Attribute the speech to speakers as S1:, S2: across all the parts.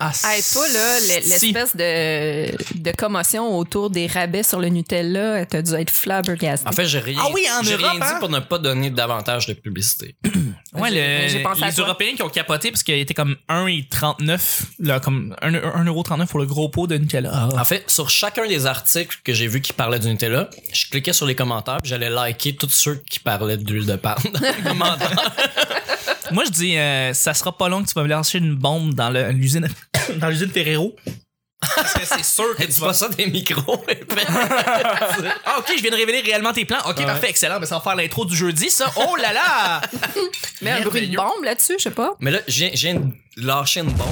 S1: Ah,
S2: Hey, toi, là, l'e-
S1: si.
S2: l'espèce de, de commotion autour des rabais sur le Nutella, t'as dû être flabbergasté.
S1: En fait, j'ai rien,
S3: Ah oui, en
S1: j'ai
S3: Europe,
S1: rien dit
S3: hein?
S1: pour ne pas donner davantage de publicité.
S3: Ouais,
S2: J'ai-
S3: le-
S2: j'ai pensé à
S3: les
S2: toi.
S3: Européens qui ont capoté parce qu'il était comme 1,39, là, comme 1 1,39 pour le gros pot de Nutella.
S2: Ah.
S1: En fait, sur chacun des articles que j'ai vus qui parlaient du Nutella, je cliquais sur les commentaires, puis j'allais liker tous ceux qui parlaient d'huile de palme dans les commentaires.
S3: Moi, je dis, euh, ça sera pas long que tu vas me lancer une bombe dans le- l'usine dans l'usine Ferrero. Parce que c'est sûr que
S1: Et
S3: tu
S1: dis
S3: vas.
S1: pas ça des micros, ben. épais.
S3: Ah, ok, je viens de révéler réellement tes plans. Ok,
S1: Ouais.
S3: parfait, excellent. Mais ça va faire l'intro du jeudi, ça. Oh là là!
S2: Mais un bruit de bombe là-dessus, je sais pas.
S1: Mais là, j'ai j'ai lâché une bombe.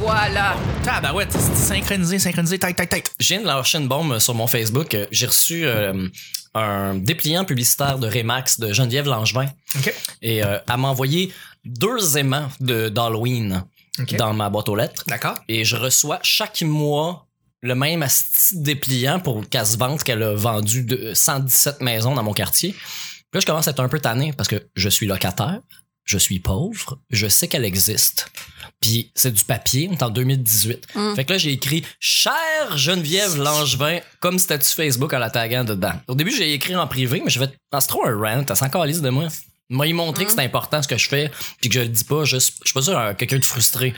S2: Voilà.
S3: Tabarouette, c'est synchronisé, synchronisé, tac, tac, tac.
S1: Je viens de lâcher une bombe sur mon Facebook. Euh, J'ai reçu euh, un dépliant publicitaire de Remax de Geneviève Langevin.
S3: Ok.
S1: Et euh, elle m'a envoyé deux aimants de- d'Halloween
S3: Ok.
S1: dans ma boîte aux lettres.
S3: D'accord.
S1: Et je reçois chaque mois le même asti de dépliant pour qu'elle se vante qu'elle a vendu de 117 maisons dans mon quartier. Puis Là, je commence à être un peu tanné parce que je suis locataire, je suis pauvre, je sais qu'elle existe. Puis c'est du papier, on est en 2018.
S2: Mm.
S1: Fait que là, j'ai écrit Chère Geneviève Langevin, comme statut Facebook en la taguant dedans. Au début, j'ai écrit en privé, mais je vais. Ah, c'est trop un rant, elle s'en calisse de moi. M'a y montré
S3: Mm-hmm.
S1: que c'est important ce que je fais, puis que je le dis pas, je, je suis pas sûr euh, quelqu'un de frustré.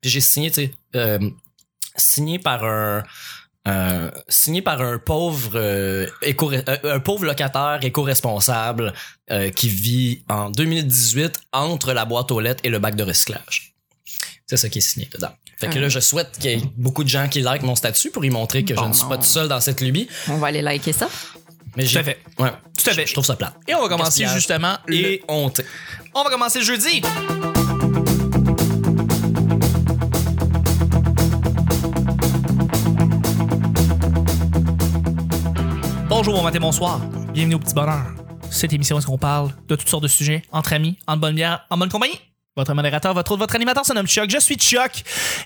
S1: Puis j'ai signé, tu sais, euh, signé par un. euh, signé par un pauvre euh, éco- euh, un pauvre locataire éco-responsable euh, qui vit en 2018 entre la boîte aux lettres et le bac de recyclage. C'est ça qui est signé dedans. Fait que
S2: Ah.
S1: là, je souhaite qu'il y ait beaucoup de gens qui likent mon statut pour y montrer que je
S2: Bon,
S1: ne suis pas
S2: non.
S1: tout seul dans cette lubie.
S2: On va aller liker ça.
S1: Mais
S3: Tout
S1: j'ai-
S3: à fait.
S1: Ouais.
S3: Tout à fait.
S1: Je, je trouve ça plate.
S3: Et on va commencer
S1: Gaspillage.
S3: justement le-
S1: Et honté.
S3: On va commencer le jeudi. Bonjour, bon matin, bonsoir. Bienvenue au Petit Bonheur. Cette émission, où est-ce qu'on parle de toutes sortes de sujets, entre amis, en bonne bière, en bonne compagnie? Votre modérateur, votre autre, votre animateur se nomme Chuck. Je suis Chuck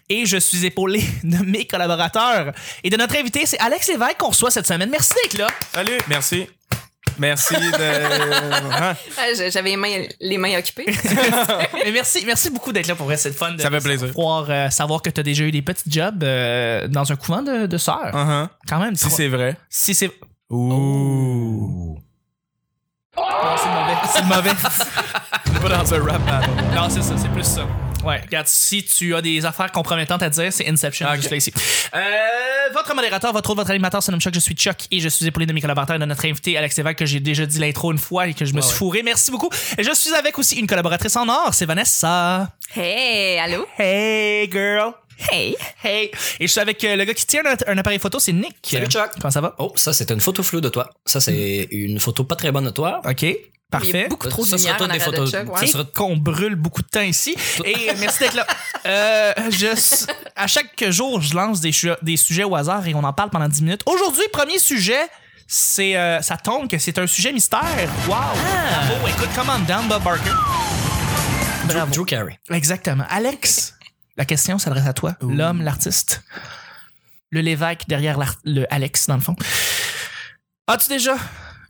S3: et je suis épaulé de mes collaborateurs. Et de notre invité, c'est Alex Lévesque qu'on reçoit cette semaine. Merci d'être là.
S4: Salut. Merci. Merci de. Hein?
S2: J'avais les mains, les mains occupées.
S3: Mais merci, merci beaucoup d'être là pour vrai, c'est le fun. De
S4: Ça fait plaisir.
S3: Pouvoir euh, savoir que tu as déjà eu des petits jobs euh, dans un couvent de, de sœurs.
S4: Uh-huh.
S3: Quand même.
S4: Si
S3: trois-
S4: c'est vrai.
S3: si c'est.
S4: Ouh.
S3: Non, ah, c'est mauvais. C'est mauvais.
S4: Pas dans un rap battle.
S3: non, c'est ça, c'est plus ça. Ouais, regarde, si tu as des affaires compromettantes à dire, c'est Inception,
S4: Ok.
S3: juste là ici. Euh, votre modérateur, votre autre, votre animateur, se nomme Chuck, je suis Chuck et je suis épaulé de mes collaborateurs et de notre invité, Alex Lévesque, que j'ai déjà dit l'intro une fois et que je me
S1: Ouais,
S3: suis
S1: ouais.
S3: fourré. Merci beaucoup. Et je suis avec aussi une collaboratrice en or, c'est Vanessa.
S2: Hey, allô?
S3: Hey, girl.
S2: Hey.
S3: Hey! Et je suis avec euh, le gars qui tient un, un appareil photo, c'est Nick.
S1: Salut, Chuck.
S3: Comment ça va?
S1: Oh, ça, c'est une photo floue de toi. Ça, c'est une photo pas très bonne de toi.
S3: OK.
S2: Il y
S3: Parfait.
S2: a beaucoup trop de
S1: Ça
S2: lumière
S1: sera toutes
S2: en
S1: des
S2: arrière de
S1: photos.
S2: Chuck.
S1: Ça
S2: Ouais.
S3: Et
S1: sera-
S3: qu'on brûle beaucoup de temps ici. Et euh, merci d'être là. Euh, je s- à chaque jour, je lance des, chu- des sujets au hasard et on en parle pendant 10 minutes. Aujourd'hui, premier sujet, c'est euh, ça tombe que c'est un sujet mystère. Wow!
S2: Ah.
S3: Bravo! Écoute, comment down, Bob Barker.
S1: Drew,
S3: Bravo.
S1: Drew Carey.
S3: Exactement. Alex, la question s'adresse à toi, l'homme, l'artiste. Le Lévesque derrière l'art- le Alex, dans le fond. As-tu déjà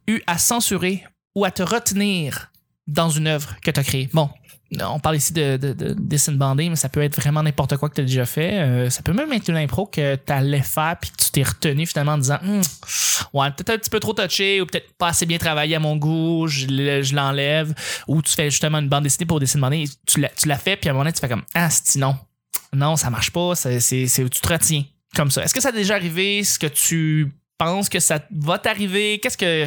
S3: eu à censurer ou à te retenir dans une œuvre que tu as créée? Bon, on parle ici de, de, de dessin bandé, mais ça peut être vraiment n'importe quoi que tu as déjà fait. Euh, ça peut même être une impro que tu allais faire puis que tu t'es retenu finalement en disant Hum, Ouais, peut-être un petit peu trop touché ou peut-être pas assez bien travaillé à mon goût, je, le- je l'enlève. Ou tu fais justement une bande dessinée pour dessiner une bande dessinée, tu la, tu la fais, puis à un moment donné, tu fais comme Ah, c'est non. Non, ça marche pas, c'est, c'est, c'est- tu te retiens comme ça. Est-ce que ça a déjà arrivé? Est-ce que tu penses que ça va t'arriver? Qu'est-ce que.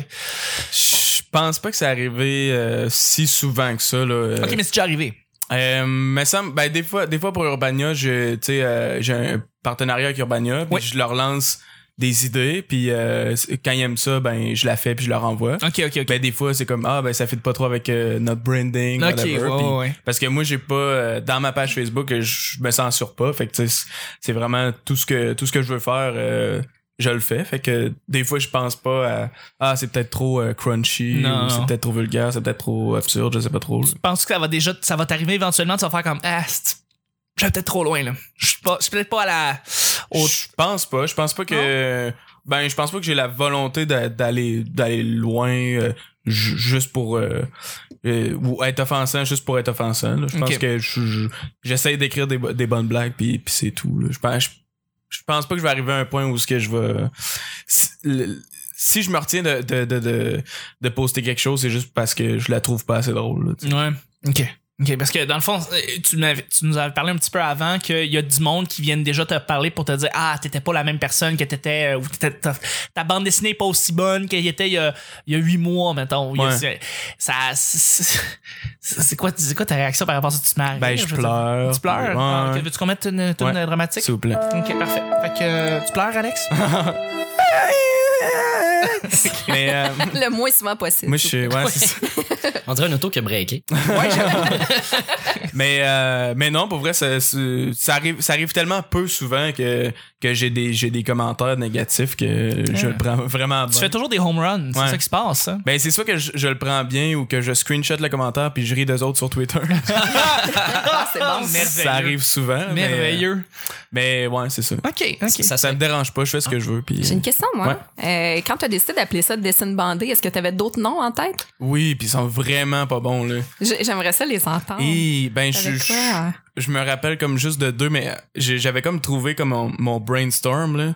S4: Je pense pas que c'est arrivé euh, si souvent que ça. Là. Euh,
S3: Ok, mais c'est déjà arrivé.
S4: Euh, mais ça, me- ben, des fois, des fois pour Urbania, je- tu sais, euh, j'ai un partenariat avec Urbania, puis
S3: Oui.
S4: je leur lance des idées, puis euh, c'est- quand ils aiment ça, ben je la fais puis je leur envoie.
S3: Ok, ok, ok.
S4: Ben des fois, c'est comme ah ben ça fit pas trop avec euh, notre branding,
S3: Ok,
S4: whatever,
S3: ouais,
S4: puis-
S3: ouais, ouais.
S4: parce que moi j'ai pas euh, dans ma page Facebook, euh, je me censure pas, fait que tu sais, c'est vraiment tout ce que tout ce que je veux faire. euh, je le fais, fait que des fois je pense pas à ah c'est peut-être trop euh, crunchy,
S3: Non,
S4: ou c'est
S3: non.
S4: peut-être trop vulgaire, c'est peut-être trop absurde, je sais pas trop.
S3: Penses-tu que ça va déjà ça va t'arriver éventuellement? Tu vas faire comme Ah, c'est- je vais peut-être trop loin, là. Je suis pas- je suis peut-être pas à la. au-
S4: Je pense pas. Je pense pas que. Ben, je pense pas que j'ai la volonté d'a- d'aller d'aller loin. euh, ju- juste pour euh, euh, ou être offensant juste pour être offensant là. je pense
S3: Ok.
S4: que je- je- j'essaie d'écrire des, bo- des bonnes blagues puis puis c'est tout là. je pense je, je pense pas que je vais arriver à un point où ce que je vais si, le- si je me retiens de, de, de, de, de poster quelque chose c'est juste parce que je la trouve pas assez drôle là, tu sais.
S3: Ouais. OK. OK. Parce que dans le fond, euh, tu, m'avais- tu nous avais parlé un petit peu avant qu'il y a du monde qui viennent déjà te parler pour te dire Ah, t'étais pas la même personne que t'étais. euh, ou t'étais- ta, ta bande dessinée est pas aussi bonne qu'elle était il y a, il y a huit mois, mettons. Il y a-
S4: Ouais.
S3: ça. C'est c'est quoi, c'est quoi ta réaction par rapport à ça? Tu te mets à rire,
S4: ben je,
S3: veux dire?
S4: pleure
S3: Tu pleures?
S4: Ouais,
S3: Ah, ok.
S4: ouais.
S3: Veux-tu qu'on mette une, une
S4: Ouais.
S3: dramatique?
S4: s'il vous plaît
S3: Ok, parfait. Fait que euh, tu pleures, Alex?
S4: mais euh,
S2: Le moins souvent possible.
S4: moi je suis ouais, c'est ça.
S1: On dirait une auto qui a breaké.
S4: mais euh, mais non pour vrai ça, ça, ça arrive ça arrive tellement peu souvent que que j'ai des j'ai des commentaires négatifs que je le prends vraiment
S3: Ah. tu
S4: bien.
S3: fais toujours des home runs. C'est
S4: Ouais.
S3: ça qui se passe, hein? ça?
S4: Ben c'est soit que je, je le prends bien ou que je screenshot le commentaire puis je ris des autres sur Twitter.
S2: Ah, c'est bon.
S3: Merveilleux.
S4: ça arrive souvent. mais-
S3: Merveilleux.
S4: Mais, ouais, c'est ça.
S3: OK. OK. Ah.
S1: Ça,
S4: Ça
S1: serait-
S4: me dérange pas, je fais ce que je veux puis
S2: J'ai une question, moi. Euh, quand tu as décidé d'appeler ça dessin bandé, est-ce que tu avais d'autres noms en tête?
S4: oui, puis ils sont vraiment pas bons là.
S2: J'ai- J'aimerais ça les entendre.
S4: Et ben je
S2: Oh, T'avais
S4: je-
S2: quoi?
S4: je me rappelle comme juste de deux, mais j'ai- j'avais comme trouvé comme mon, mon brainstorm, là.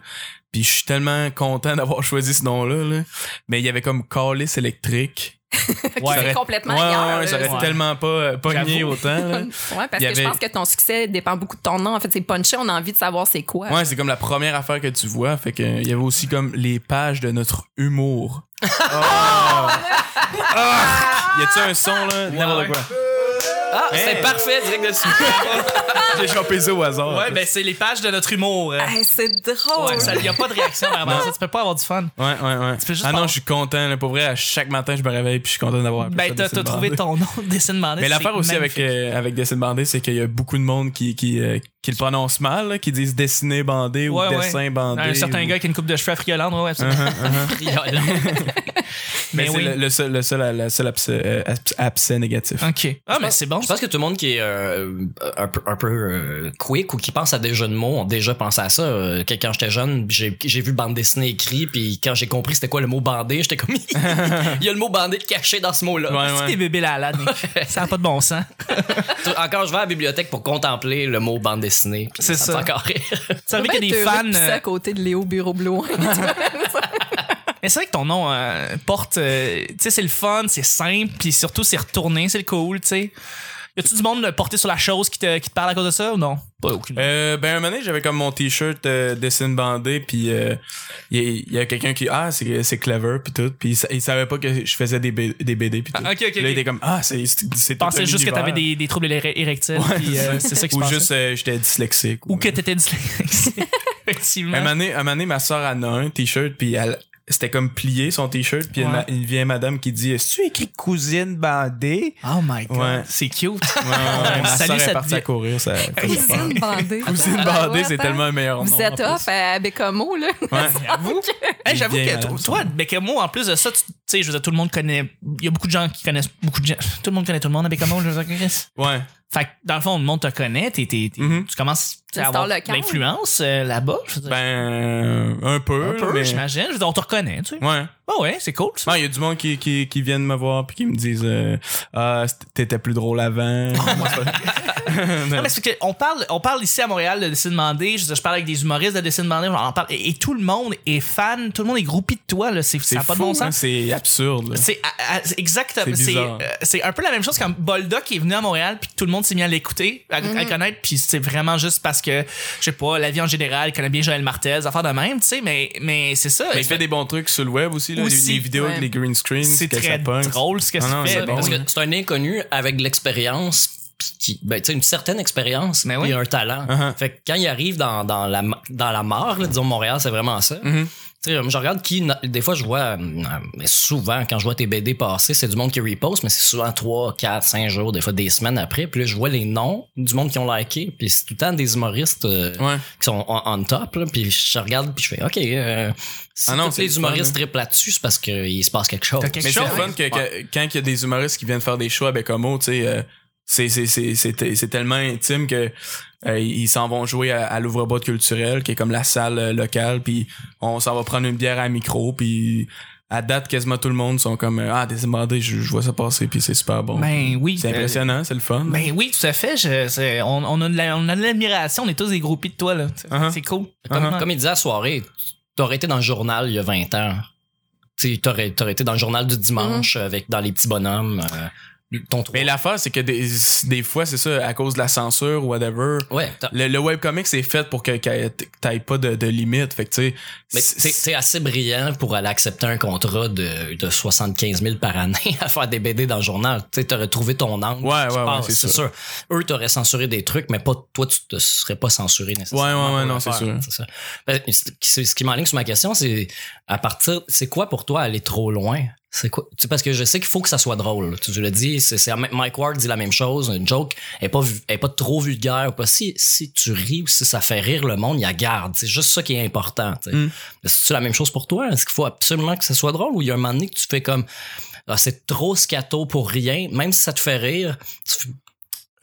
S4: Puis je suis tellement content d'avoir choisi ce nom-là, là. Mais il y avait comme Callis électrique.
S2: c'est
S4: Ça aurait-
S2: complètement
S4: ouais,
S2: ailleurs,
S4: ouais,
S2: là,
S4: ça aurait
S2: ça.
S4: tellement pas euh, pogné
S3: J'avoue.
S4: autant, là.
S2: Ouais, parce
S4: Il y
S2: que je
S4: avait-
S2: pense que ton succès dépend beaucoup de ton nom. En fait, c'est punché, on a envie de savoir c'est quoi.
S4: Ouais, c'est comme la première affaire que tu vois. Fait que, euh, il y avait aussi comme les pages de notre humour. Oh! Ah! Y a-tu un son, là? N'importe quoi.
S1: Ah, c'est
S4: Hey.
S1: parfait, direct dessus.
S4: J'ai chopé ça au hasard.
S3: Ouais, ben c'est les pages de notre humour. hein.
S2: Hey, c'est drôle.
S3: Ouais, ça, y a pas de réaction par rapport à ça. Tu peux pas avoir du fun.
S4: Ouais, ouais, ouais.
S3: fais juste
S4: Ah non,
S3: pas-
S4: je suis content, là. Pour vrai, à chaque matin, je me réveille puis je suis content d'avoir appelé
S3: Ben,
S4: ça
S3: t'as
S4: Dessine
S3: t'as trouvé
S4: Bandé.
S3: ton nom de dessin demandé.
S4: Mais l'affaire aussi avec, euh, avec Dessin Bandé, c'est qu'il y a beaucoup de monde qui, qui, euh, qui le prononce mal, là, qui disent dessiner bandé ou
S3: Ouais, ouais.
S4: dessin bandé.
S3: Un certain
S4: ou-
S3: gars qui a une coupe de cheveux friolante, ouais, ouais, absolument.
S4: euh, Uh-huh, uh-huh.
S3: Mais
S4: Mais c'est
S3: oui.
S4: le, le seul, le seul, le seul abcès, euh, abs- abcès négatif.
S3: Ok. Ah, mais c'est bon.
S1: Je pense que tout le monde qui est euh, un peu, un peu, euh, quick ou qui pense à des jeux de mots ont déjà pensé à ça. Euh, que quand j'étais jeune, j'ai j'ai vu bande dessinée écrite, puis quand j'ai compris c'était quoi le mot bandé, j'étais comme il y a le mot bandé caché dans ce mot-là.
S4: Ouais,
S3: C'est
S4: ouais.
S3: des bébés là, là, Nick. Ça a pas de bon sens.
S1: Encore, je vais à la bibliothèque pour contempler le mot bande dessinée. puis
S3: C'est
S1: me
S3: ça.
S1: fait encore rire.
S3: C'est vrai qu'il
S2: Ben,
S3: y a des
S2: t'es heureux de pisser
S3: fans. euh,
S2: à côté de Léo Bureau Blouin.
S3: Mais c'est vrai que ton nom euh, porte. euh, tu sais, c'est le fun, c'est simple, puis surtout, c'est retourné, c'est le cool, tu sais. Y a-tu du monde euh, porté sur la chose qui te, qui te parle à cause de ça ou non? Pas aucune.
S4: Euh, ben, un moment donné, j'avais comme mon t-shirt euh, dessin bandé, puis euh, il y, a- il y a quelqu'un qui ah c'est c'est clever puis tout, puis il, sa- il savait pas que je faisais des, B- des BD puis tout.
S3: Ah, ok, ok,
S4: Puis là, il
S3: ok.
S4: était comme ah c'est c'est c'est tout
S3: pensais
S4: un
S3: juste que
S4: univers.
S3: t'avais des, des troubles éré- érectiles, puis, euh, c'est ça qui se
S4: Ou
S3: passait.
S4: juste euh, j'étais dyslexique.
S3: Ou
S4: ouais.
S3: que t'étais dyslexique. Effectivement.
S4: Un moment donné, un moment donné, ma soeur en a un t-shirt, puis elle. C'était comme plié son t-shirt, puis
S3: Ouais.
S4: il une vieille madame qui dit Est-ce que tu écris cousine bandée
S3: Oh my god.
S4: Ouais.
S3: C'est cute.
S4: ouais, ouais, Ma
S3: Salut,
S4: soeur
S3: cette
S4: est partie
S3: vie-
S4: à courir. Ça,
S2: Cousine bandée. Ah,
S4: cousine bandée, c'est
S2: Attends.
S4: tellement un meilleur nom.
S2: Vous êtes
S4: en
S2: off
S3: hein?
S4: plus.
S2: à Bécamo, là.
S4: Ouais.
S3: J'avoue. Hey, j'avoue
S4: Bien
S3: que
S4: malade,
S3: toi-
S4: ça.
S3: toi, Bécamo, en plus de ça, tu tu sais, je veux dire, tout le monde connaît. Il y a beaucoup de gens qui connaissent beaucoup de gens. Tout le monde connaît tout le monde à Bécamo, je veux dire, Chris.
S4: Ouais.
S3: Fait que, dans le fond, le monde te connaît, t'es- t'es- t'es-
S4: Mhm.
S3: tu commences tu sais, à
S2: C'est dans
S3: avoir
S2: le camp.
S3: l'influence euh, là-bas. je veux dire.
S4: Ben, un peu.
S3: un peu,
S4: mais...
S3: j'imagine. Je veux dire, on te reconnaît, tu sais.
S4: Ouais.
S3: Ah ouais, c'est cool. ça.
S4: Non, il y a du monde qui, qui, qui viennent me voir puis qui me disent euh, Ah, c't- t'étais plus drôle avant.
S3: Ah, Non, mais c'est que on parle, on parle ici à Montréal de dessin demandé. Je, veux dire, je parle avec des humoristes de dessin demandé. On en parle, et, et tout le monde est fan. Tout le monde est groupie de toi. Là, c'est, ça
S4: c'est
S3: n'a pas de
S4: fou,
S3: bon
S4: hein,
S3: sens.
S4: c'est absurde. là.
S3: C'est à- à- c'est exactement.
S4: C'est
S3: C'est
S4: bizarre.
S3: euh, c'est un peu la même chose quand Bolda qui est venu à Montréal puis que tout le monde s'est mis à l'écouter, à, à le connaître, puis c'est vraiment juste parce que je sais pas la vie en général connaît bien Joël Martez, affaire de même, tu sais, mais mais c'est ça.
S4: Mais il fait des bons trucs sur le web aussi, là,
S3: Aussi,
S4: les, les vidéos
S2: ouais.
S4: avec les green screens.
S3: c'est
S4: que ça
S3: très
S4: pogne.
S3: drôle ce que
S4: Ah
S3: tu
S4: non,
S3: fais.
S4: c'est bon.
S1: Parce que
S4: ouais.
S1: c'est un inconnu avec l'expérience pis qui ben, tu sais, une certaine expérience
S3: Mais oui.
S1: et un talent.
S4: Uh-huh.
S1: Fait que quand il arrive dans, dans la ma- dans la mare, là, disons Montréal, c'est vraiment ça.
S4: Mhm.
S1: Tu sais, je regarde qui na- des fois je vois euh, mais souvent quand je vois tes BD passer, c'est du monde qui reposte mais c'est souvent 3, 4, 5 jours, des fois des semaines après, puis là je vois les noms du monde qui ont liké, puis c'est tout le temps des humoristes euh,
S4: Ouais.
S1: qui sont on, on top là, puis je regarde puis je fais OK, euh, si
S4: Ah non,
S1: tous
S4: c'est
S1: les
S4: le fun,
S1: humoristes
S4: hein.
S1: trippent là-dessus, c'est parce qu'il se passe quelque chose.
S3: T'as quelque
S4: Mais c'est
S3: chose.
S4: le fun que, que- quand il y a des humoristes qui viennent faire des shows à Bécamo, tu sais, euh, c'est, c'est, c'est, c'est, c'est tellement intime que euh, ils s'en vont jouer à, à l'ouvre-boîte culturelle, qui est comme la salle euh, locale, puis on s'en va prendre une bière à micro, puis à date, quasiment tout le monde sont comme euh, Ah, des MRD, je, je vois ça passer, puis c'est super bon.
S3: Ben oui.
S4: c'est impressionnant, c'est le fun.
S3: Euh, Ben oui, tout à fait. Je, c'est- on, on a de la- on a de l'admiration. on est tous des groupies de toi, là. C'est-
S4: Uh-huh.
S3: C'est cool.
S1: Comme,
S3: Uh-huh.
S1: comme il disait à la soirée, t'aurais été dans le journal il y a 20 ans. Tu sais, t'aurais, t'aurais été dans le journal du dimanche avec dans les petits bonhommes. euh, ton
S4: Mais l'affaire, c'est que des, des fois, c'est ça, à cause de la censure ou whatever.
S1: Ouais, t'as-
S4: Le, le webcomic, c'est fait pour que que t'ailles pas de, de limite. Fait que, tu sais.
S1: mais
S4: c'est-
S1: t'es, t'es assez brillant pour aller accepter un contrat de, de 75 000 par année à faire des BD dans le journal. Tu sais, t'aurais trouvé ton angle.
S4: Ouais,
S1: tu
S4: ouais, ouais,
S1: passes,
S4: c'est
S1: sûr. Eux, t'auraient censuré des trucs, mais pas toi, tu te serais pas censuré nécessairement.
S4: Ouais, ouais,
S1: pour
S4: ouais,
S1: le
S4: non, c'est
S1: faire.
S4: sûr.
S1: ça. Ben, c'est- c'est- Ce qui m'enligne sur ma question, c'est à partir, c'est quoi pour toi aller trop loin? C'est quoi? Tu sais, parce que je sais qu'il faut que ça soit drôle. là. Tu tu l'as dit, c'est, c'est- Mike Ward dit la même chose. Une joke est pas, vu- est pas trop vulgaire. ou Pas. Si, si tu ris ou si ça fait rire le monde, il la garde. C'est juste ça qui est important. tu sais.
S4: Mm.
S1: C'est-tu la même chose pour toi? Est-ce qu'il faut absolument que ça soit drôle ou il y a un moment donné que tu fais comme, ah, c'est trop scato pour rien, même si ça te fait rire? tu fais-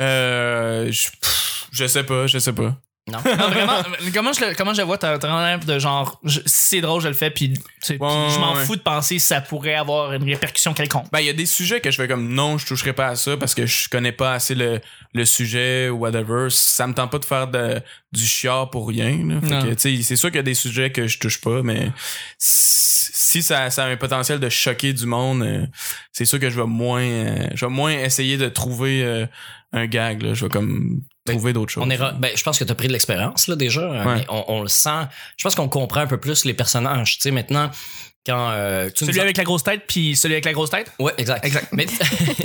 S4: Euh, je, pff, je sais pas, je sais pas.
S1: Non.
S4: Ah.
S3: Non, vraiment, euh, comment je le, comment je le vois, t'as t'as vraiment l'air de genre, je- si c'est drôle, je le fais, puis tu sais, puis
S4: Ouais,
S3: je m'en
S4: ouais.
S3: fous de penser si ça pourrait avoir une répercussion quelconque.
S4: Ben, il y a des sujets que je fais comme non, je toucherai pas à ça parce que je connais pas assez le, le sujet ou whatever. Ça me tente pas de faire de, du chiard pour rien. là. Fait
S3: Non.
S4: que, tu sais, c'est sûr qu'il y a des sujets que je touche pas, mais si si ça, ça a un potentiel de choquer du monde, euh, c'est sûr que je vais moins, euh, je vais moins essayer de trouver euh, un gag. là. Je vais comme trouver d'autres choses.
S1: On est, ben, je pense que tu as pris de l'expérience là déjà. Euh,
S4: Ouais.
S1: mais On, on le sent. Je pense qu'on comprend un peu plus les personnages. Tu sais maintenant quand euh, tu nous
S3: Celui
S1: as-
S3: avec la grosse tête, puis celui avec la grosse tête.
S1: Ouais, exact.
S3: Exact.
S1: Mais-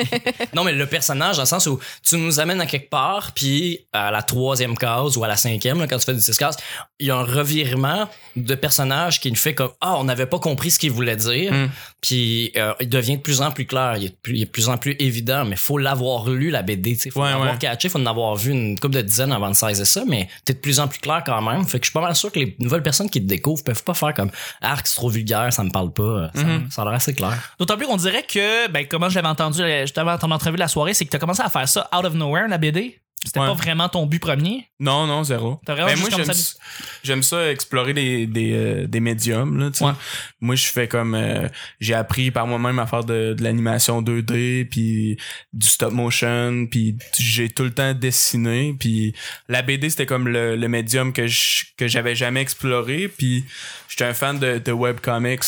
S1: non, mais le personnage, dans le sens où tu nous amènes à quelque part, puis à la troisième case ou à la cinquième, là, quand tu fais du six cases, il y a un revirement de personnage qui nous fait comme Ah, on n'avait pas compris ce qu'il voulait dire.
S4: Mm.
S1: Puis euh, il devient de plus en plus clair, il est de plus, il est de plus en plus évident, mais faut l'avoir lu, la BD. Il faut
S4: Ouais,
S1: l'avoir
S4: ouais.
S1: catché, faut en avoir vu une couple de dizaines avant de saisir ça, mais t'es de plus en plus clair quand même. Fait que je suis pas mal sûr que les nouvelles personnes qui te découvrent peuvent pas faire comme Ah, c'est trop vulgaire, ça me parle pas. Ça, ça a l'air assez clair.
S3: D'autant plus qu'on dirait que, ben, comment je l'avais entendu euh, justement à ton entrevue de la soirée, c'est que t'as commencé à faire ça out of nowhere, la BD. C'était
S4: Ouais.
S3: pas vraiment ton but premier.
S4: Non, non, zéro.
S3: T'as vraiment
S4: Ben,
S3: juste
S4: moi,
S3: comme
S4: j'aime
S3: ça-
S4: ça, j'aime ça explorer des, des, euh, des médiums. Là, tu sais.
S3: Ouais.
S4: Moi, je fais comme... euh, j'ai appris par moi-même à faire de, de l'animation 2D, puis du stop motion, puis j'ai tout le temps dessiné. Puis la BD, c'était comme le, le médium que je- que j'avais jamais exploré. Puis j'étais un fan de, de webcomics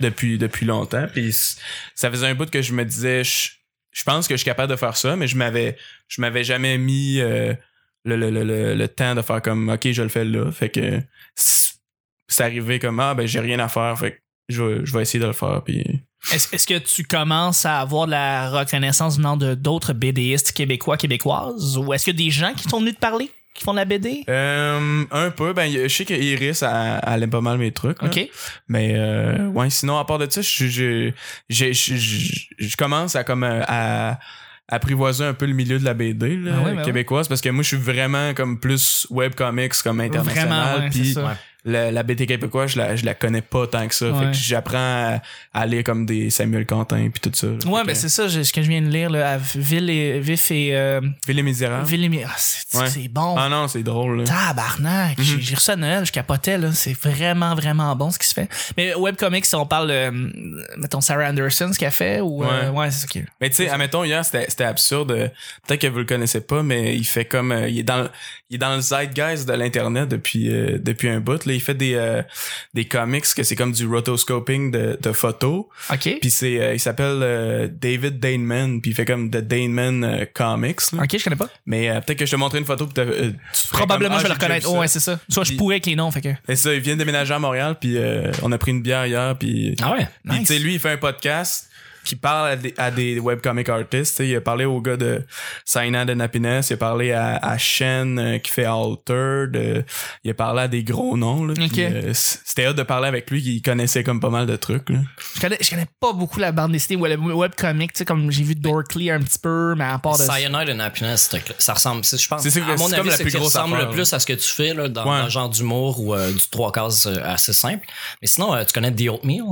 S4: depuis, depuis longtemps. Puis c- ça faisait un bout que je me disais... Je, je pense que je suis capable de faire ça, mais je m'avais je m'avais jamais mis... euh, le, le, le, le, le temps de faire comme OK, je le fais là. Fait que c'est c'est arrivé comme Ah, ben j'ai rien à faire. Fait que je vais, je vais essayer de le faire. Puis
S3: Est-ce est-ce que tu commences à avoir de la reconnaissance venant de d'autres BDistes québécois, québécoises? Ou est-ce qu'il y a des gens qui sont venus te parler, qui font de la BD?
S4: Euh, un peu, ben je sais que Iris, elle, elle aime pas mal mes trucs. là.
S3: OK.
S4: Mais euh, ouais, sinon, à part de ça, je, je, je, je, je- je commence à comme euh, à apprivoiser un peu le milieu de la BD là,
S3: Ah ouais, ben
S4: québécoise parce que moi je suis vraiment comme plus webcomics comme international
S3: Vraiment, ouais, c'est
S4: puis
S3: ça.
S1: Ouais.
S4: la, la BD québécoise je la, je la connais pas tant que ça fait
S3: Ouais.
S4: que j'apprends à, à lire comme des Samuel Quentin puis tout ça là.
S3: Ouais, ben
S4: Fait que-
S3: c'est ça, je- ce que je viens de lire, là, à Ville et, Vif et. euh,
S4: Ville les Misérables
S3: Ville et Mi- ah, c'est
S4: Hein? Ouais. Mhm.
S3: c'est bon.
S4: ah non c'est drôle là.
S3: Tabarnak, j'ai- j'ai reçu à Noël, je capotais, là. C'est vraiment, vraiment bon ce qui se fait. Mais Webcomics, on parle, euh, mettons, Sarah Anderson, ce qu'elle fait, ou. euh, ouais c'est ça qui-
S4: Mais tu sais, admettons, hier, c'était c'était absurde. euh, Peut-être que vous le connaissez pas, mais il fait comme... euh, il, est dans, le- il est dans le zeitgeist de l'Internet depuis euh, depuis un bout. Là. Il fait des, euh, des comics que c'est comme du rotoscoping de, de photos.
S3: OK.
S4: Puis c'est euh, il s'appelle euh, David Daneman, puis il fait comme The Daneman euh, Comics. là.
S3: OK, je connais pas.
S4: Mais euh, peut-être que je te montrerai une photo, puis t'as- euh, tu ferais
S3: Probablement,
S4: comme,
S3: je vais le
S4: Ah, j'ai déjà
S3: reconnaître.
S4: vu
S3: Oh,
S4: ça.
S3: ouais, c'est ça. Soit je
S4: Puis-
S3: pourrais avec les noms, fait que.
S4: Et Ben, ça, il vient de déménager à Montréal, puis euh, on a pris une bière hier, puis...
S1: Ah ouais?
S4: Puis, tu sais,
S3: Nice.
S4: lui, il fait un podcast qui parle à des, à des webcomic artists. Tu sais, Il a parlé au gars de Sign and Happiness, il a parlé à, à Shen euh, qui fait Altered, euh, il a parlé à des gros noms. là, puis,
S3: Ok.
S4: euh, c- C'était hâte de parler avec lui, il connaissait comme pas mal de trucs. là.
S3: Je connais, je connais pas beaucoup la bande dessinée ou le webcomic, tu sais, comme j'ai vu Dorkly un petit peu, mais à part de ça.
S1: Cyanide and Happiness, c'est- ça ressemble, c'est- je pense,
S4: C'est- c'est-
S1: à mon
S4: c'est
S1: avis,
S4: comme la
S1: c'est
S4: plus
S1: ce qui
S4: grosse
S1: ressemble
S4: affaire,
S1: le plus à ce que tu fais là, dans,
S4: Ouais.
S1: dans le genre d'humour ou euh, du trois cases euh, assez simple. Mais sinon, euh, tu connais The Oatmeal?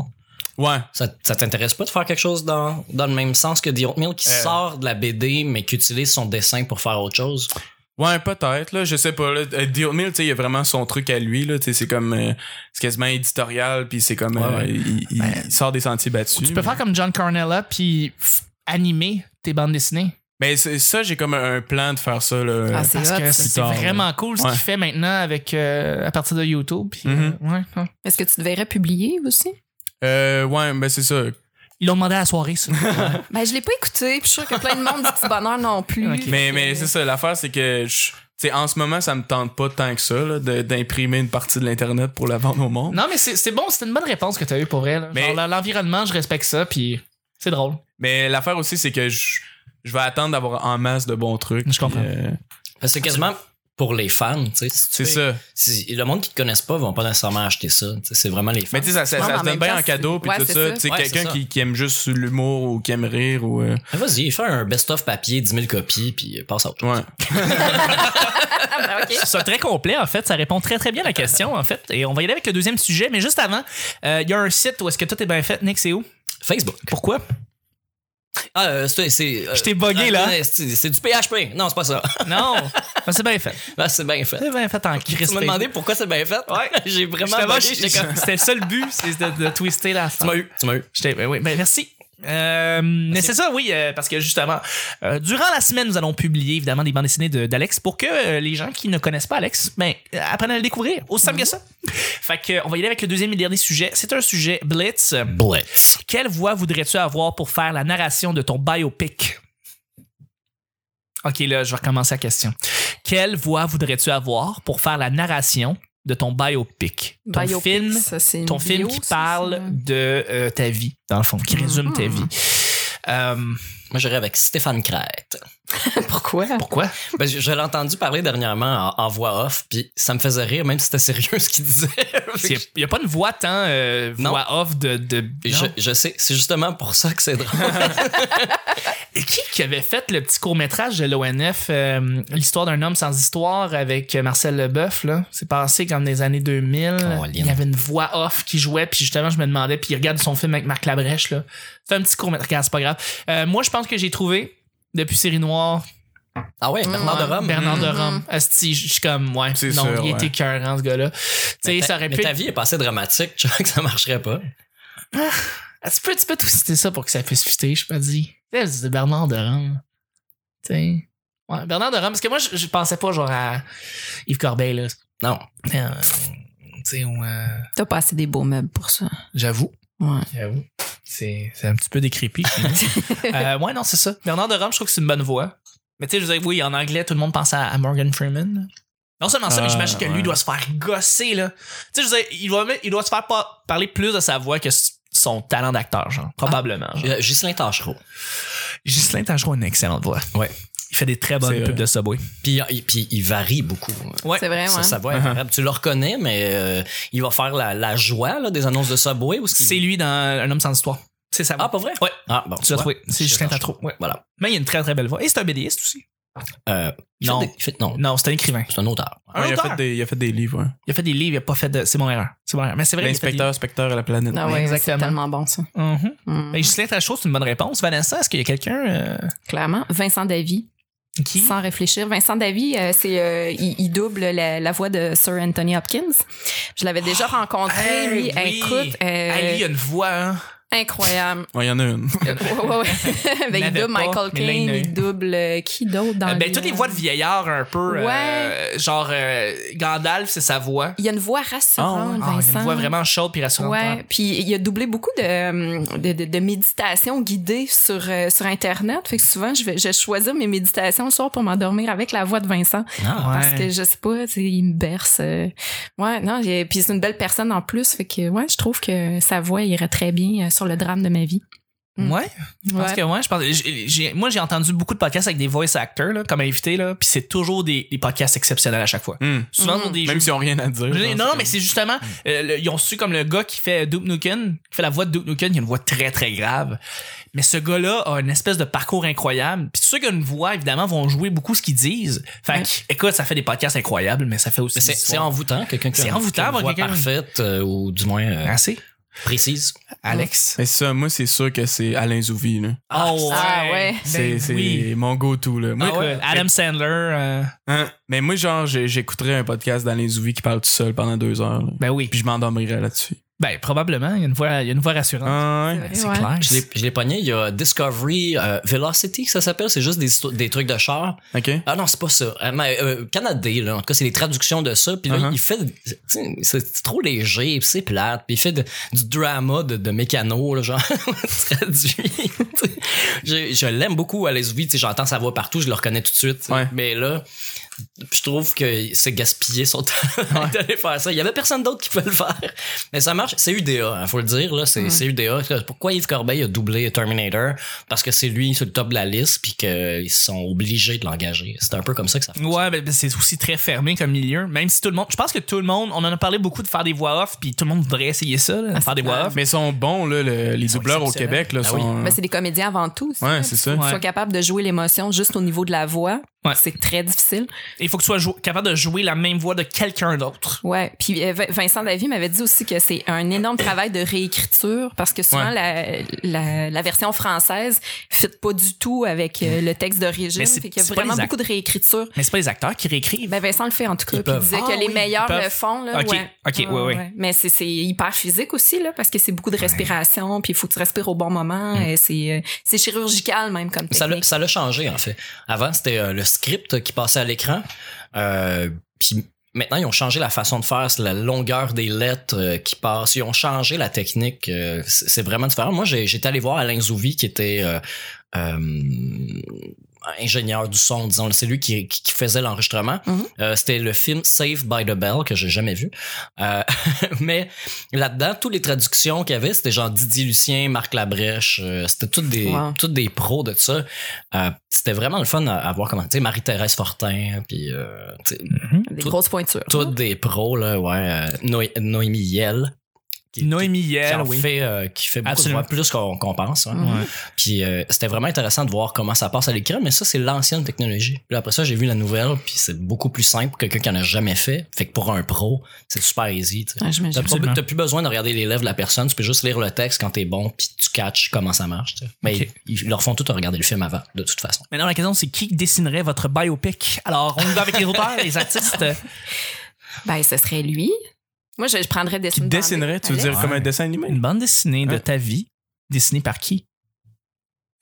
S4: Ouais.
S1: Ça, ça t'intéresse pas de faire quelque chose dans, dans le même sens que The Oatmeal qui
S4: Euh.
S1: sort de la BD mais qui utilise son dessin pour faire autre chose?
S4: Ouais, peut-être, là, je sais pas. Là, Euh, Deal Mill, tu sais, il a vraiment son truc à lui, là, tu sais, c'est comme, euh, c'est quasiment éditorial, puis c'est comme,
S1: Ouais,
S4: euh,
S1: ouais.
S4: il, il-
S3: Ben,
S4: il sort des sentiers battus.
S3: Tu peux
S4: mais-
S3: faire comme John Carnella puis f- animer tes bandes dessinées.
S4: Mais c'est- ça, j'ai comme un un plan de faire ça, là.
S2: Ah, c'est
S3: Parce
S2: hot,
S3: que
S2: ça.
S3: c'est
S4: Plus tard,
S3: vraiment cool ce qu'il
S4: Ouais.
S3: fait maintenant avec euh, à partir de YouTube. Puis, euh,
S4: Mhm.
S3: ouais, ouais.
S2: Est-ce que tu te verrais publier aussi?
S4: Euh, ouais, ben c'est ça.
S3: Ils l'ont demandé à la soirée, ça.
S2: Ben, je l'ai pas écouté. puis Je suis sûre que plein de monde dit petit bonheur non plus.
S3: Ok.
S4: Mais, mais c'est ça, l'affaire, c'est que, je- tu sais, en ce moment, ça me tente pas tant que ça, là, de- d'imprimer une partie de l'Internet pour la vendre au monde.
S3: non, mais c'est c'est bon, c'était une bonne réponse que tu as eue pour elle. Genre,
S4: Mais-
S3: l- L'environnement, je respecte ça, puis c'est drôle.
S4: Mais l'affaire aussi, c'est que je, je vais attendre d'avoir en masse de bons trucs.
S3: Je comprends.
S4: puis, euh,
S1: Parce que c'est quasiment pour les fans, tu sais. si tu
S4: c'est
S1: fais-
S4: ça.
S1: si- le monde qui te connaissent pas vont pas nécessairement acheter ça. tu sais, C'est vraiment les fans.
S4: Mais tu sais, ça, ça,
S2: Ouais,
S4: ça
S2: mais en
S4: se donne
S2: même
S4: bien
S2: temps,
S4: en cadeau, puis
S2: c'est-
S4: tout
S2: ouais, c'est
S4: ça. Tu sais,
S1: ça. Ouais, c'est
S4: quelqu'un
S1: ça.
S4: qui, qui aime juste l'humour ou qui aime rire ou. euh,
S1: Ah, Vas-y, fais un best-of papier, 10 000 copies, puis passe à autre chose.
S4: ouais.
S2: Ah, ben, ok.
S3: C'est très complet, en fait. Ça répond très, très bien à la question, en fait. Et on va y aller avec le deuxième sujet. Mais juste avant, euh, il y a un site où est-ce que tout est bien fait. Nick, c'est où?
S1: Facebook.
S3: Pourquoi?
S1: Ah, euh, c'est. c'est, euh,
S3: Je t'ai bugué, là.
S1: ouais, C'est c'est du PHP. Non, c'est pas ça.
S3: Non! Ben, c'est bien fait.
S1: Ben, c'est bien fait.
S3: C'est bien fait en
S1: Tu
S3: Christ.
S1: m'as demandé pourquoi c'est bien fait.
S3: Ouais.
S1: J'ai vraiment
S3: Justement,
S1: bugué, j'étais comme-
S3: je- C'était ça le but, c'est de, de twister la
S1: Tu m'as eu. Tu m'as eu.
S3: J'étais- ben oui, ben merci. Euh, mais c'est ça, oui, euh, parce que justement, euh, durant la semaine, nous allons publier évidemment des bandes dessinées de- d'Alex pour que euh, les gens qui ne connaissent pas Alex ben, euh, apprennent à le découvrir. Aussi simple que ça. Fait que, euh, on va y aller avec le deuxième et dernier sujet. C'est un sujet Blitz.
S1: Blitz.
S3: Quelle voix voudrais-tu avoir pour faire la narration de ton biopic? Ok, là, je vais recommencer la question. Quelle voix voudrais-tu avoir pour faire la narration de ton biopic? Ton
S2: Biopic,
S3: film
S2: ça, c'est une
S3: ton film
S2: bio,
S3: qui
S2: ça, Mm.
S3: parle
S2: c'est-
S3: de euh, ta vie, dans le fond, qui résume ta vie. Euh,
S1: Moi, j'irais avec Stéphane Crête.
S2: Pourquoi?
S3: pourquoi?
S1: Ben, je je l'ai entendu parler dernièrement en, en voix off, puis ça me faisait rire, même si c'était sérieux ce qu'il disait. Fait que
S3: Il n'y a pas une voix tant euh,
S1: Non.
S3: voix off de. de
S1: je-
S3: Non.
S1: je, je sais, c'est justement pour ça que c'est drôle.
S3: Et Qui, qui avait fait le petit court-métrage de l'ONF, euh, L'histoire d'un homme sans histoire avec euh, Marcel Leboeuf, là? C'est passé comme des années 2000.
S1: Colin.
S3: il y avait une voix off qui jouait, puis justement, je me demandais, puis il regarde son film avec Marc Labrèche, là. C'est un petit court-métrage, Regarde, c'est pas grave. Euh, moi, je pense que j'ai trouvé, depuis Série Noire,
S1: Ah ouais, Bernard de Rome. Mm.
S3: Bernard de
S2: Mhm.
S3: Rome. Asti, je je suis comme, ouais.
S4: C'est
S3: non,
S4: sûr,
S3: il
S4: ouais.
S3: était écœurant, ce gars-là. Tu sais,
S1: Mais ta-
S3: ça aurait
S1: mais
S3: pu.
S1: ta vie est passée dramatique, je crois que ça marcherait pas.
S3: Tu peux, tu peux twister ça pour que ça puisse fitter, je me dis. Tu sais, C'est Bernard de Rome. Tu sais. Ouais, Bernard de Rome, parce que moi, je, je pensais pas, genre, à Yves Corbeil, là.
S1: Non.
S3: Euh, tu sais, ou, euh,
S2: T'as passé des beaux meubles pour ça.
S3: j'avoue.
S2: Ouais.
S3: J'avoue. C'est c'est un petit peu décrépi. chez nous. euh, ouais, non, c'est ça. Bernard de Rome, je trouve que c'est une bonne voix. Mais tu sais, je veux dire, oui, en anglais, tout le monde pense à, à Morgan Freeman. Non seulement ça, mais
S4: Ah,
S3: j'imagine que lui
S4: ouais.
S3: doit se faire gosser, là. Tu sais, je veux dire, il doit, même- il doit se faire pas, parler plus de sa voix que s- son talent d'acteur, genre. Probablement. genre.
S1: Euh, Ghislain Tachereau.
S3: Ghislain Tangeron a une excellente voix.
S1: Ouais.
S3: Il fait des très bonnes
S4: C'est
S3: pubs
S4: vrai.
S3: de Subway.
S1: Puis, euh, il- puis il varie beaucoup. hein.
S3: Ouais.
S2: C'est vrai,
S1: Ça,
S2: ouais.
S1: ça va être variable. Tu le reconnais, mais euh, il va faire la, la joie là, des annonces de Subway ou ce qu'il-
S3: C'est lui dans Un homme sans histoire. C'est sa voix.
S1: Ah, pas vrai?
S3: Ouais.
S1: Ah, bon.
S3: tu l'as
S1: ouais.
S3: trouvé. C'est Ghislain Tangeron. Ouais.
S1: Voilà.
S3: Mais il a une très très belle voix. Et c'est un BDiste aussi.
S1: Euh, il fait
S3: Non.
S1: des- il fait- non.
S3: Non, c'est un écrivain.
S1: C'est un auteur.
S3: Un
S4: Ouais, il, a
S3: auteur.
S4: fait des, il a fait des livres, ouais.
S3: Il a fait des livres, il a pas fait de. C'est mon erreur. C'est mon erreur. Mais c'est vrai. il a fait des-
S4: L'inspecteur, specteur à la planète.
S2: Ah ouais,
S3: Exactement.
S2: c'est tellement bon, ça.
S3: Mhm.
S2: Mm.
S3: Mais Ghislain Tachereau, c'est une bonne réponse. Vanessa, est-ce qu'il y a quelqu'un euh,
S2: Clairement. Vincent Davy,
S3: qui.
S2: sans réfléchir. Vincent Davy, euh, c'est, euh, il, il double la, la voix de Sir Anthony Hopkins. Je l'avais déjà rencontré,
S3: Ah! hey,
S2: lui.
S3: oui.
S2: Écoute, euh,
S3: Ah, lui, il a une voix, hein.
S2: incroyable.
S4: Ouais, il y en a une.
S2: ouais, ouais, ouais. Ben,
S3: Il
S2: il
S3: n'avait
S2: double
S3: pas,
S2: Michael
S3: mais là, il
S2: Caine,
S3: l'a eu.
S2: il double euh, qui d'autre dans
S3: Euh, ben,
S2: les,
S3: toutes les
S2: euh,
S3: voix de vieillard un peu. euh,
S2: Ouais.
S3: genre, euh, Gandalf, c'est sa voix.
S2: Il y a une voix
S4: Oh,
S2: rassurante,
S3: Ah, il a
S2: Vincent.
S3: une voix vraiment chaude puis rassurante.
S2: Ouais, puis il a doublé beaucoup de, euh, de, de, de méditations guidées sur, euh, sur Internet. Fait que souvent, je vais, je vais choisir mes méditations le soir pour m'endormir avec la voix de Vincent.
S1: Ah,
S3: Ouais.
S2: Parce que je sais pas, tu sais, il me berce. euh. Ouais, non, j'ai- puis c'est une belle personne en plus. Fait que, ouais, je trouve que sa voix irait très bien euh, sur le drame de ma vie. Mm.
S3: Ouais. Je pense que ouais, je pense. j'ai- j'ai- moi, j'ai entendu beaucoup de podcasts avec des voice actors là, comme invités là, puis c'est toujours des, des podcasts exceptionnels à chaque fois.
S4: Hmm.
S3: Souvent
S2: Mhm.
S3: pour des
S4: Même
S3: jeux-
S4: s'ils ont rien à dire.
S3: Je-
S4: genre,
S3: non, non, mais c'est justement, euh, le- ils ont su comme le gars qui fait Duke Nukem, qui fait la voix de Duke Nukem, il a une voix très très grave. Mais ce gars-là a une espèce de parcours incroyable. Puis tous ceux qui ont une voix, évidemment, vont jouer beaucoup ce qu'ils disent. Fait
S2: Ouais.
S3: que, écoute, ça fait des podcasts incroyables, mais ça fait aussi.
S1: Mais C'est
S3: des
S1: c'est
S3: histoires.
S1: envoûtant, quelqu'un qui
S3: C'est
S1: a une-
S3: envoûtant
S1: qui a une
S3: avoir Ah.
S1: voix
S3: quelqu'un-
S1: parfaite, euh, ou du moins. euh,
S3: Assez.
S1: Précise.
S2: Ah.
S3: Alex.
S4: Mais ça, moi, c'est sûr que c'est Alain Zouvi, là.
S1: Oh,
S2: Ah ouais.
S4: C'est c'est
S3: Ben oui. Ah
S4: mon go-to, là. Moi,
S3: Écoute, Adam Sandler. euh,
S4: hein, mais moi, genre, j'ai- j'écouterais un podcast d'Alain Zouvi qui parle tout seul pendant deux heures, là.
S3: ben oui.
S4: Puis je m'endormirais là-dessus.
S3: Ben probablement. Il y a une voix, il y a une voix rassurante. Ben,
S4: Ah, ouais.
S3: C'est
S2: Ouais.
S3: clair.
S1: Je l'ai- je l'ai pogné, il y a Discovery euh, Velocity que ça s'appelle, c'est juste des, histo- des trucs de char.
S4: OK.
S1: Ah non, c'est pas ça. Euh, mais, euh, Canadé, là, en tout cas, c'est des traductions de ça. Puis là,
S4: Uh-huh.
S1: il fait... tu sais, C'est trop léger, puis c'est plate. Puis il fait de- du drama de, de mécano, là, genre traduit. tu sais. je je l'aime beaucoup, Alex Zouvi. tu sais, J'entends sa voix partout, je le reconnais tout de suite. tu sais.
S4: Ouais.
S1: Mais là, je trouve que c'est gaspillé son temps d'aller faire ça. Il y avait personne d'autre qui pouvait le faire. Mais ça marche. C'est UDA, hein, faut le dire. Là. C'est, c'est UDA. Pourquoi Yves Corbeil a doublé Terminator? Parce que c'est lui sur le top de la liste puis qu'ils sont obligés de l'engager. C'est un peu comme ça que ça fonctionne.
S3: Ouais, ben, ben, c'est aussi très fermé comme milieu. Même si tout le monde, je pense que tout le monde, on en a parlé beaucoup de faire des voix off, puis tout le monde voudrait essayer ça,
S2: Ah,
S3: là, de faire des voix off.
S4: Mais ils sont bons, là, le- les
S3: sont
S4: doubleurs au
S3: exceptionnels.
S4: Québec, là,
S1: Ah oui.
S4: sont...
S2: Ben, c'est des comédiens avant tout. aussi.
S4: ouais, c'est ça.
S2: Ils
S3: Ouais.
S2: sont capables de jouer l'émotion juste au niveau de la voix.
S3: Ouais.
S2: C'est très difficile.
S3: Il faut que tu sois jou- capable de jouer la même voix de quelqu'un d'autre.
S2: Ouais. Puis euh, Vin- Vincent Davy m'avait dit aussi que c'est un énorme travail de réécriture parce que souvent la, la, la version française fit pas du tout avec euh, le texte d'origine.
S3: Mais c'est-
S2: Fait qu'il y
S3: c'est
S2: a
S3: pas
S2: vraiment
S3: les
S2: beaucoup de réécriture.
S3: Mais c'est pas les acteurs qui réécrivent.
S2: Ben Vincent le fait en tout cas.
S1: Ils
S2: Puis il
S1: peuvent.
S2: disait
S3: Ah
S2: que les
S3: oui,
S2: meilleurs
S3: ils peuvent.
S2: le font. Là,
S3: Ok,
S2: Ah, ouais.
S3: ok, ouais, ouais.
S2: Mais c'est c'est hyper physique aussi là, parce que c'est beaucoup de respiration. Puis il faut que tu respires au bon moment. Et C'est euh, c'est chirurgical même comme
S1: Mm. Ça l'a,
S2: technique.
S1: ça l'a changé, en fait. Avant, c'était euh, le script qui passait à l'écran. Euh, puis maintenant, ils ont changé la façon de faire, c'est la longueur des lettres euh, qui passent. Ils ont changé la technique. euh, c'est c'est vraiment différent. Moi, j'ai- j'étais allé voir Alain Zouvi, qui était... euh, euh, ingénieur du son, disons, c'est lui qui, qui- qui faisait l'enregistrement.
S2: Mhm.
S1: Euh, C'était le film Save by the Bell que j'ai jamais vu. Euh, mais là-dedans, toutes les traductions qu'il y avait, c'était genre Didier Lucien, Marc Labrèche, euh, c'était toutes des
S2: Wow.
S1: toutes des pros de ça. Euh, c'était vraiment le fun à, à voir comment, tu sais, Marie-Thérèse Fortin, puis euh, tu sais,
S2: Des
S1: tout-
S2: grosses pointures.
S1: toutes des pros là, ouais, euh, Noé- Noémie Yel. qui-
S3: Noémie
S1: qui
S3: Yel,
S1: en
S3: oui.
S1: fait, euh, qui fait beaucoup de
S3: Absolument.
S1: voix, plus qu'on qu'on pense. ouais.
S2: Mhm.
S1: Puis euh, c'était vraiment intéressant de voir comment ça passe à l'écran, mais ça, c'est l'ancienne technologie. Puis après ça, j'ai vu la nouvelle, puis c'est beaucoup plus simple pour quelqu'un qui en a jamais fait. Fait que pour un pro, c'est super easy. tu sais.
S4: Ah,
S2: Ouais, j'imagine.
S1: T'as pas-
S3: Absolument.
S1: t'as plus besoin de regarder les lèvres de la personne, tu peux juste lire le texte quand t'es bon, puis tu catches comment ça marche. tu sais. Mais
S3: Ok.
S1: ils, ils leur font tout à regarder le film avant, de toute façon.
S3: Maintenant, la question, c'est qui dessinerait votre biopic? Alors, on y va avec les auteurs, les artistes. euh,
S2: Ben, ce serait lui. Moi, je, je prendrais des
S4: Qui dessinerait, tu veux dire, comme un dessin animé?
S3: Une bande dessinée de
S4: Ouais.
S3: ta vie, dessinée par qui?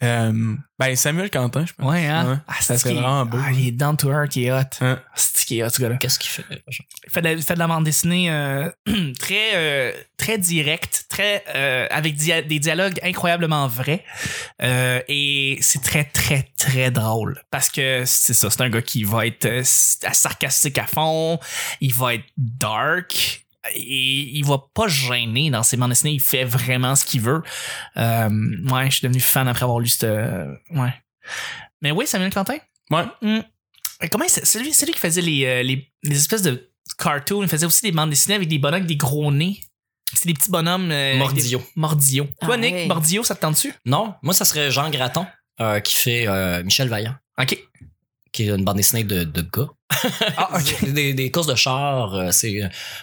S4: Euh, ben, Samuel Quentin, je pense.
S3: Ouais, hein?
S4: Ouais.
S3: Ah,
S4: Ça
S3: c'est
S4: serait
S3: qui-
S4: vraiment beau.
S3: Ah, il est down to earth, il est hot. Ah,
S4: Hein?
S3: C'est qui est hot, ce gars-là.
S1: Qu'est-ce qu'il fait? genre?
S3: Il fait de la, il fait de la bande dessinée euh, très, euh, très directe, très, euh, avec dia- des dialogues incroyablement vrais. Euh, et c'est très, très, très drôle. Parce que c'est ça, c'est un gars qui va être euh, s- sarcastique à fond, il va être dark. Et il va pas gêner dans ses bandes dessinées, il fait vraiment ce qu'il veut. Euh, ouais, je suis devenu fan après avoir lu ce. Ouais. Mais oui, Samuel Quentin.
S4: Ouais.
S3: Hmm. Et Comment c'est c'est lui, c'est lui qui faisait les, euh, les, les espèces de cartoons. Il faisait aussi des bandes dessinées avec des bonhommes avec des gros nez. C'est des petits bonhommes. euh, avec
S1: Mordillo.
S3: des- Mordillo. Toi,
S2: Ah,
S3: Nick,
S2: oui.
S3: Mordillo, ça te tente-tu?
S1: Non, moi, ça serait Jean Gratton, euh, qui fait euh, Michel Vaillant,
S3: OK.
S1: qui est une bande dessinée de, de gars.
S3: Ah, OK.
S1: Des, des courses de chars, euh, c'est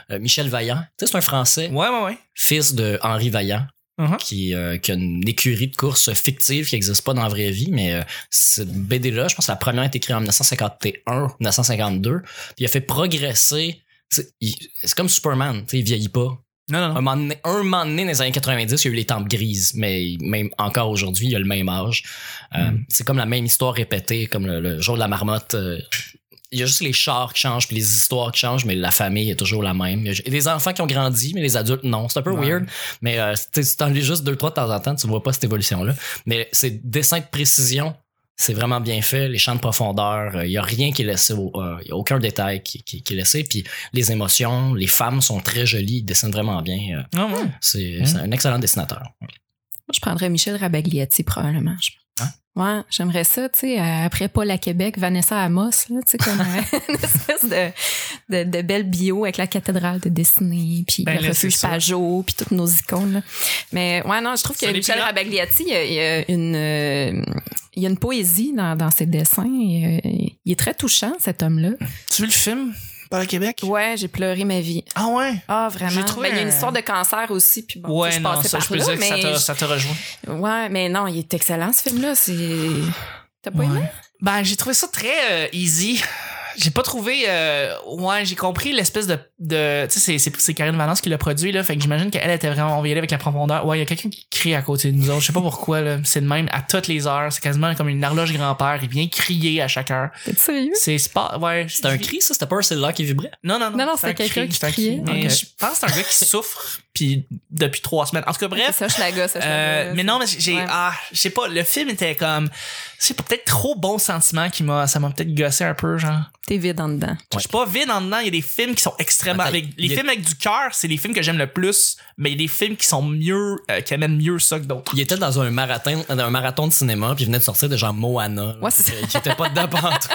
S1: euh, Michel Vaillant. Tu sais, c'est un Français.
S3: Ouais, ouais, ouais.
S1: fils de Henri Vaillant,
S3: Mhm.
S1: qui, euh, qui a une écurie de course fictive qui n'existe pas dans la vraie vie, mais euh, cette BD-là, je pense que la première est écrite en 1951, 1952, puis il a fait progresser. tu sais, il- C'est comme Superman, tu sais, il vieillit pas.
S3: Non, non,
S1: Un
S3: non.
S1: moment, donné, un moment donné, dans les années 90, il y a eu les tempes grises, mais même encore aujourd'hui, il a le même âge. Euh,
S3: Mm.
S1: C'est comme la même histoire répétée, comme le, le jour de la marmotte. euh, il y a juste les chars qui changent, puis les histoires qui changent, mais la famille est toujours la même. Il y a ju- des enfants qui ont grandi, mais les adultes, non. C'est un peu
S4: Ouais.
S1: weird, mais euh, tu sais, si t'en lis juste deux, trois de temps en temps, tu vois pas cette évolution-là. Mais ces dessins de précision, c'est vraiment bien fait. Les champs de profondeur, euh, il y a rien qui est laissé, au- euh, il y a aucun détail qui, qui- qui est laissé. Puis les émotions, les femmes sont très jolies, ils dessinent vraiment bien. euh,
S3: Non, ouais.
S1: c'est
S3: Mm.
S1: c'est un excellent dessinateur.
S2: Moi, je prendrais Michel Rabagliati, probablement. je pense. Ouais, j'aimerais ça, tu sais, euh, après Paul à Québec, Vanessa Amos, là, tu sais, comme euh, une espèce de, de, de belle bio avec la cathédrale de dessinée, puis
S3: Ben
S2: le
S3: là,
S2: refuge
S3: c'est ça.
S2: Pajot, puis toutes nos icônes. là. Mais ouais, non, je trouve que
S3: Ça, les
S2: Michel
S3: pirates.
S2: Rabagliati, il y a, il y a une, euh, il y a une poésie dans, dans ses dessins. et, euh, il est très touchant, cet homme-là.
S3: Tu veux le film? par le Québec?
S2: Ouais, j'ai pleuré ma vie.
S3: Ah ouais?
S2: Ah, vraiment.
S3: J'ai trouvé
S2: Ben, il y a une
S3: un-
S2: histoire de cancer aussi, puis bon, tu sais,
S3: Ouais,
S2: je
S3: non,
S2: passais
S3: ça,
S2: par
S3: je peux
S2: là,
S3: dire que ça
S2: mais
S3: te,
S2: je-
S3: ça te rejoint.
S2: Ouais, mais non, il est excellent, ce film-là. C'est... T'as pas
S3: Ouais.
S2: aimé?
S3: Ben, j'ai trouvé ça très euh, easy. J'ai pas trouvé. euh, ouais, j'ai compris l'espèce de. de tu sais, c'est- c'est- c'est Karine Valence qui l'a produit, là. Fait que j'imagine qu'elle était vraiment. On va y aller avec la profondeur. Ouais, il y a quelqu'un qui crie à côté de nous autres. Je sais pas pourquoi, là. C'est le même à toutes les heures. C'est quasiment comme une horloge grand-père. Il vient crier à chaque heure.
S2: T'es sérieux?
S3: C'est c'est pas. Ouais.
S1: C'était un cri, ça? C'était pas un cellulaire qui vibrait?
S3: Non, non, non.
S2: Non, non,
S3: c'est
S2: c'était
S3: un cri,
S2: quelqu'un qui
S3: c'est un
S2: criait.
S3: cri. Mais
S2: Ok.
S3: Je pense que c'est un gars qui souffre puis depuis trois semaines. En tout cas, bref.
S2: Ça, je la gosse.
S3: Euh, mais non, mais j'ai
S2: Ouais.
S3: ah, je sais pas, le film était comme je sais pas, peut-être trop bon sentiment qui m'a ça m'a peut-être gossé un peu genre.
S2: T'es vide en dedans.
S3: Je suis pas vide en dedans, il y a des films qui sont extrêmement
S1: Attends,
S3: les, les
S1: il y a-
S3: films avec du cœur, c'est les films que j'aime le plus, mais il y a des films qui sont mieux euh, qui amènent mieux ça que d'autres.
S1: Il était dans un marathon, dans un marathon de cinéma, puis il venait de sortir de genre Moana. là.
S2: Ouais, c'est ça.
S1: Il était pas dedans pantoute.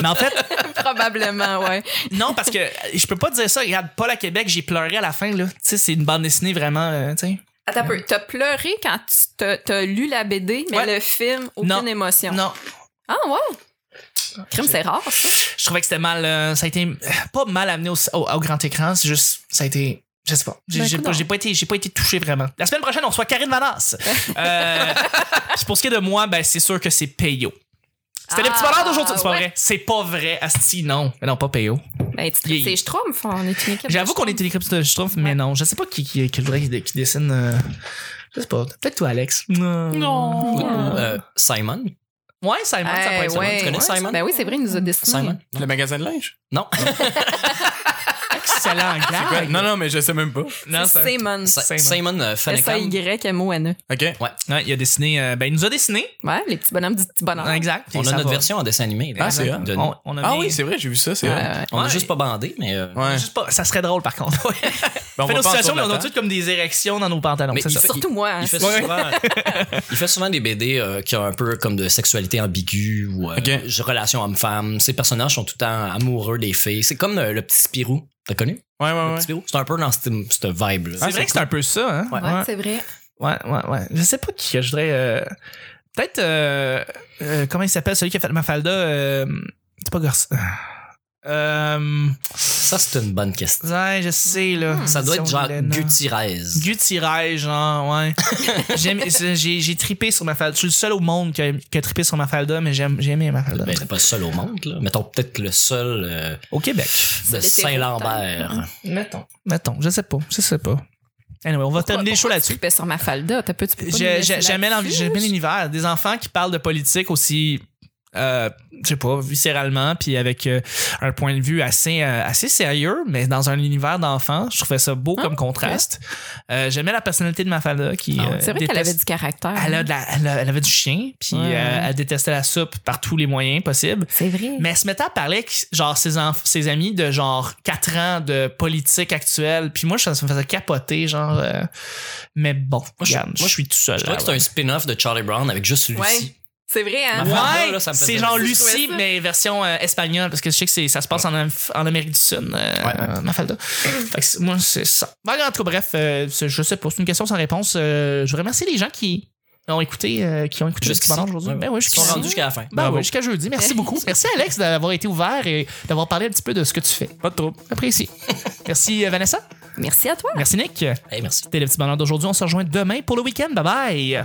S3: mais en fait,
S2: Probablement, ouais.
S3: non parce que euh, je peux pas dire ça, regarde Paul à Québec, j'ai pleuré à la fin là. Tu sais, c'est une bande dessinée vraiment euh, tu sais.
S2: Attends un peu. T'as pleuré quand tu t'as, t'as lu la BD, mais
S3: Ouais.
S2: le film, aucune
S3: Non.
S2: émotion.
S3: Non,
S2: Ah, ouais. Crime, c'est rare, ça.
S3: je trouvais que c'était mal euh, ça a été euh, pas mal amené au, au- au grand écran c'est juste ça a été je sais pas j'ai
S2: Ben,
S3: j'ai pas,
S2: coudonc.
S3: j'ai pas été j'ai pas été touché vraiment la semaine prochaine on reçoit Karine Vanasse euh, puis pour ce qui est de moi ben c'est sûr que c'est Payo c'était le petit
S2: Ah,
S3: bonheur d'aujourd'hui c'est pas
S2: ouais.
S3: vrai c'est pas vrai Asti non Mais non pas Payo
S2: Ben, tu
S3: Il-
S2: c'est Schtroumpf, on est une équipe.
S3: j'avoue qu'on était des de Schtroumpf mais
S2: Ouais.
S3: non je sais pas qui qui, qui, voudrait qui- qui dessine euh, je sais pas peut-être toi Alex non
S2: Non.
S1: Euh, Simon?
S3: ouais Simon ça pourrait
S2: Eh,
S3: être ça.
S2: ouais,
S1: Tu connais
S2: ouais.
S1: Simon?
S2: Ben oui, c'est vrai, il nous a dessiné.
S1: Simon?
S4: Le magasin de linge?
S1: Non.
S3: excellent
S4: Quoi?
S3: gag
S4: Non, non, mais je sais même pas.
S3: Non, ça-
S2: C'est Simon.
S1: Simon,
S3: Simon.
S1: Simon euh, Fanecan.
S2: S-A-Y-M-O-N-E.
S4: OK.
S3: Ouais, il a dessiné euh, ben il nous a dessiné
S2: E. Ouais, les petits bonhommes du petit bonheur.
S3: exact
S1: On
S3: Et
S1: a
S3: ça
S1: notre
S3: va.
S1: version en dessin animé. là,
S4: Ah, c'est vrai?
S1: de-
S3: On, on a
S4: Ah
S3: mis-
S4: oui, c'est vrai, j'ai vu ça, c'est
S2: Ouais,
S4: vrai.
S2: ouais.
S1: On a
S3: Ouais.
S1: juste pas bandé, mais. euh,
S4: Ouais.
S3: Juste pas, ça serait drôle par contre. Ouais.
S4: Ben, on
S3: fait
S4: va
S3: nos
S4: pas en
S3: situations, mais
S4: tourner
S3: on a
S4: la
S3: toutes comme des érections dans nos pantalons.
S1: Mais
S3: c'est
S1: il
S3: ça.
S1: fait-
S2: Surtout moi. hein.
S1: Il fait, souvent, il fait souvent des BD euh, qui ont un peu comme de sexualité ambiguë ou euh,
S4: Ok.
S1: j- relation homme-femme. Ces personnages sont tout le temps amoureux des filles. C'est comme euh, le petit Spirou. T'as connu?
S4: date. Ouais,
S1: Le
S4: ouais, ouais.
S1: petit Spirou? C'est un peu dans cette, cette vibe-là.
S3: Ah C'est vrai que c'est un peu ça, hein?
S1: Ouais.
S2: Ouais, c'est vrai.
S3: Ouais, ouais, ouais. Je sais pas qui que je voudrais. euh, Peut-être. euh, euh, comment il s'appelle celui qui a fait Mafalda? euh, C'est pas Garcia. Euh,
S1: Ça, c'est une bonne question.
S3: ouais, je sais, là.
S1: Ça doit être genre
S3: hein.
S1: Gutierrez.
S3: Gutiérrez, genre, ouais. J'aime- J'ai j'ai tripé sur Mafalda. Je suis le seul au monde qui a, qui a tripé sur Mafalda, mais j'aime- j'ai aimé Mafalda.
S1: Ben, t'es pas le seul au monde, là. Mettons peut-être le seul euh,
S3: Au Québec.
S1: de
S2: l'hétéro,
S1: Saint-Lambert.
S3: Mettons. Mettons, je sais pas, je sais pas. Anyway, on va terminer les shows
S2: Tu
S3: là-dessus.
S2: tripais sur ma falda. T'as peu, tu peux pas nous
S3: J'ai-
S2: laisser
S3: j'ai- J'aimais l'envi-
S2: là-dessus?
S3: j'aimais l'univers. Des enfants qui parlent de politique aussi, euh, je sais pas, viscéralement, puis avec euh, un point de vue assez, euh, assez sérieux, mais dans un univers d'enfants. Je trouvais ça beau
S2: Ah,
S3: comme contraste. Euh, J'aimais la personnalité de Mafalda qui.
S1: Ah ouais.
S3: euh,
S2: C'est vrai qu'elle
S3: déteste-
S2: avait du caractère.
S3: Elle, a de la- elle a- elle avait du chien, puis
S2: Ouais.
S3: euh, elle détestait la soupe par tous les moyens possibles.
S2: C'est vrai.
S3: Mais elle se mettait à parler avec genre ses, enf- ses amis de genre 4 ans de politique actuelle. Puis moi, ça ça me faisait capoter, genre. euh, Mais bon,
S1: je-
S3: regarde,
S1: moi,
S3: je, suis tout seul.
S1: Je crois que
S3: là,
S1: c'est un spin-off de Charlie Brown avec juste Lucie.
S2: Ouais. C'est vrai,
S1: Ma
S2: hein?
S1: femme,
S3: Ouais,
S1: Ah, là, ça me faisait-
S3: c'est genre
S1: Je
S3: Lucie,
S2: trouvais ça.
S3: mais version euh, espagnole, parce que je sais que c'est- ça se passe en, Am- en Amérique du Sud, euh, euh, Mafalda. Fait que c'est- moi, c'est ça. Bah, en tout cas, bref, euh, c'est- je sais pas, c'est une question sans réponse. Euh, je remercie les gens qui ont écouté, euh, qui ont écouté le
S1: Jusqu'ici.
S3: petit bonheur aujourd'hui.
S1: Ouais,
S3: Ben oui,
S1: Ils sont
S3: jusqu'ici.
S1: rendus jusqu'à la fin.
S3: Ben
S4: Bravo.
S3: oui, jusqu'à jeudi. Merci beaucoup. Merci Alex d'avoir été ouvert et d'avoir parlé un petit peu de ce que tu fais.
S4: Pas de trouble.
S3: Apprécié. Merci euh, Vanessa.
S2: Merci à toi.
S3: Merci Nick.
S1: Hey, merci.
S3: C'était le petit bonheur d'aujourd'hui. On se rejoint demain pour le week-end. Bye bye.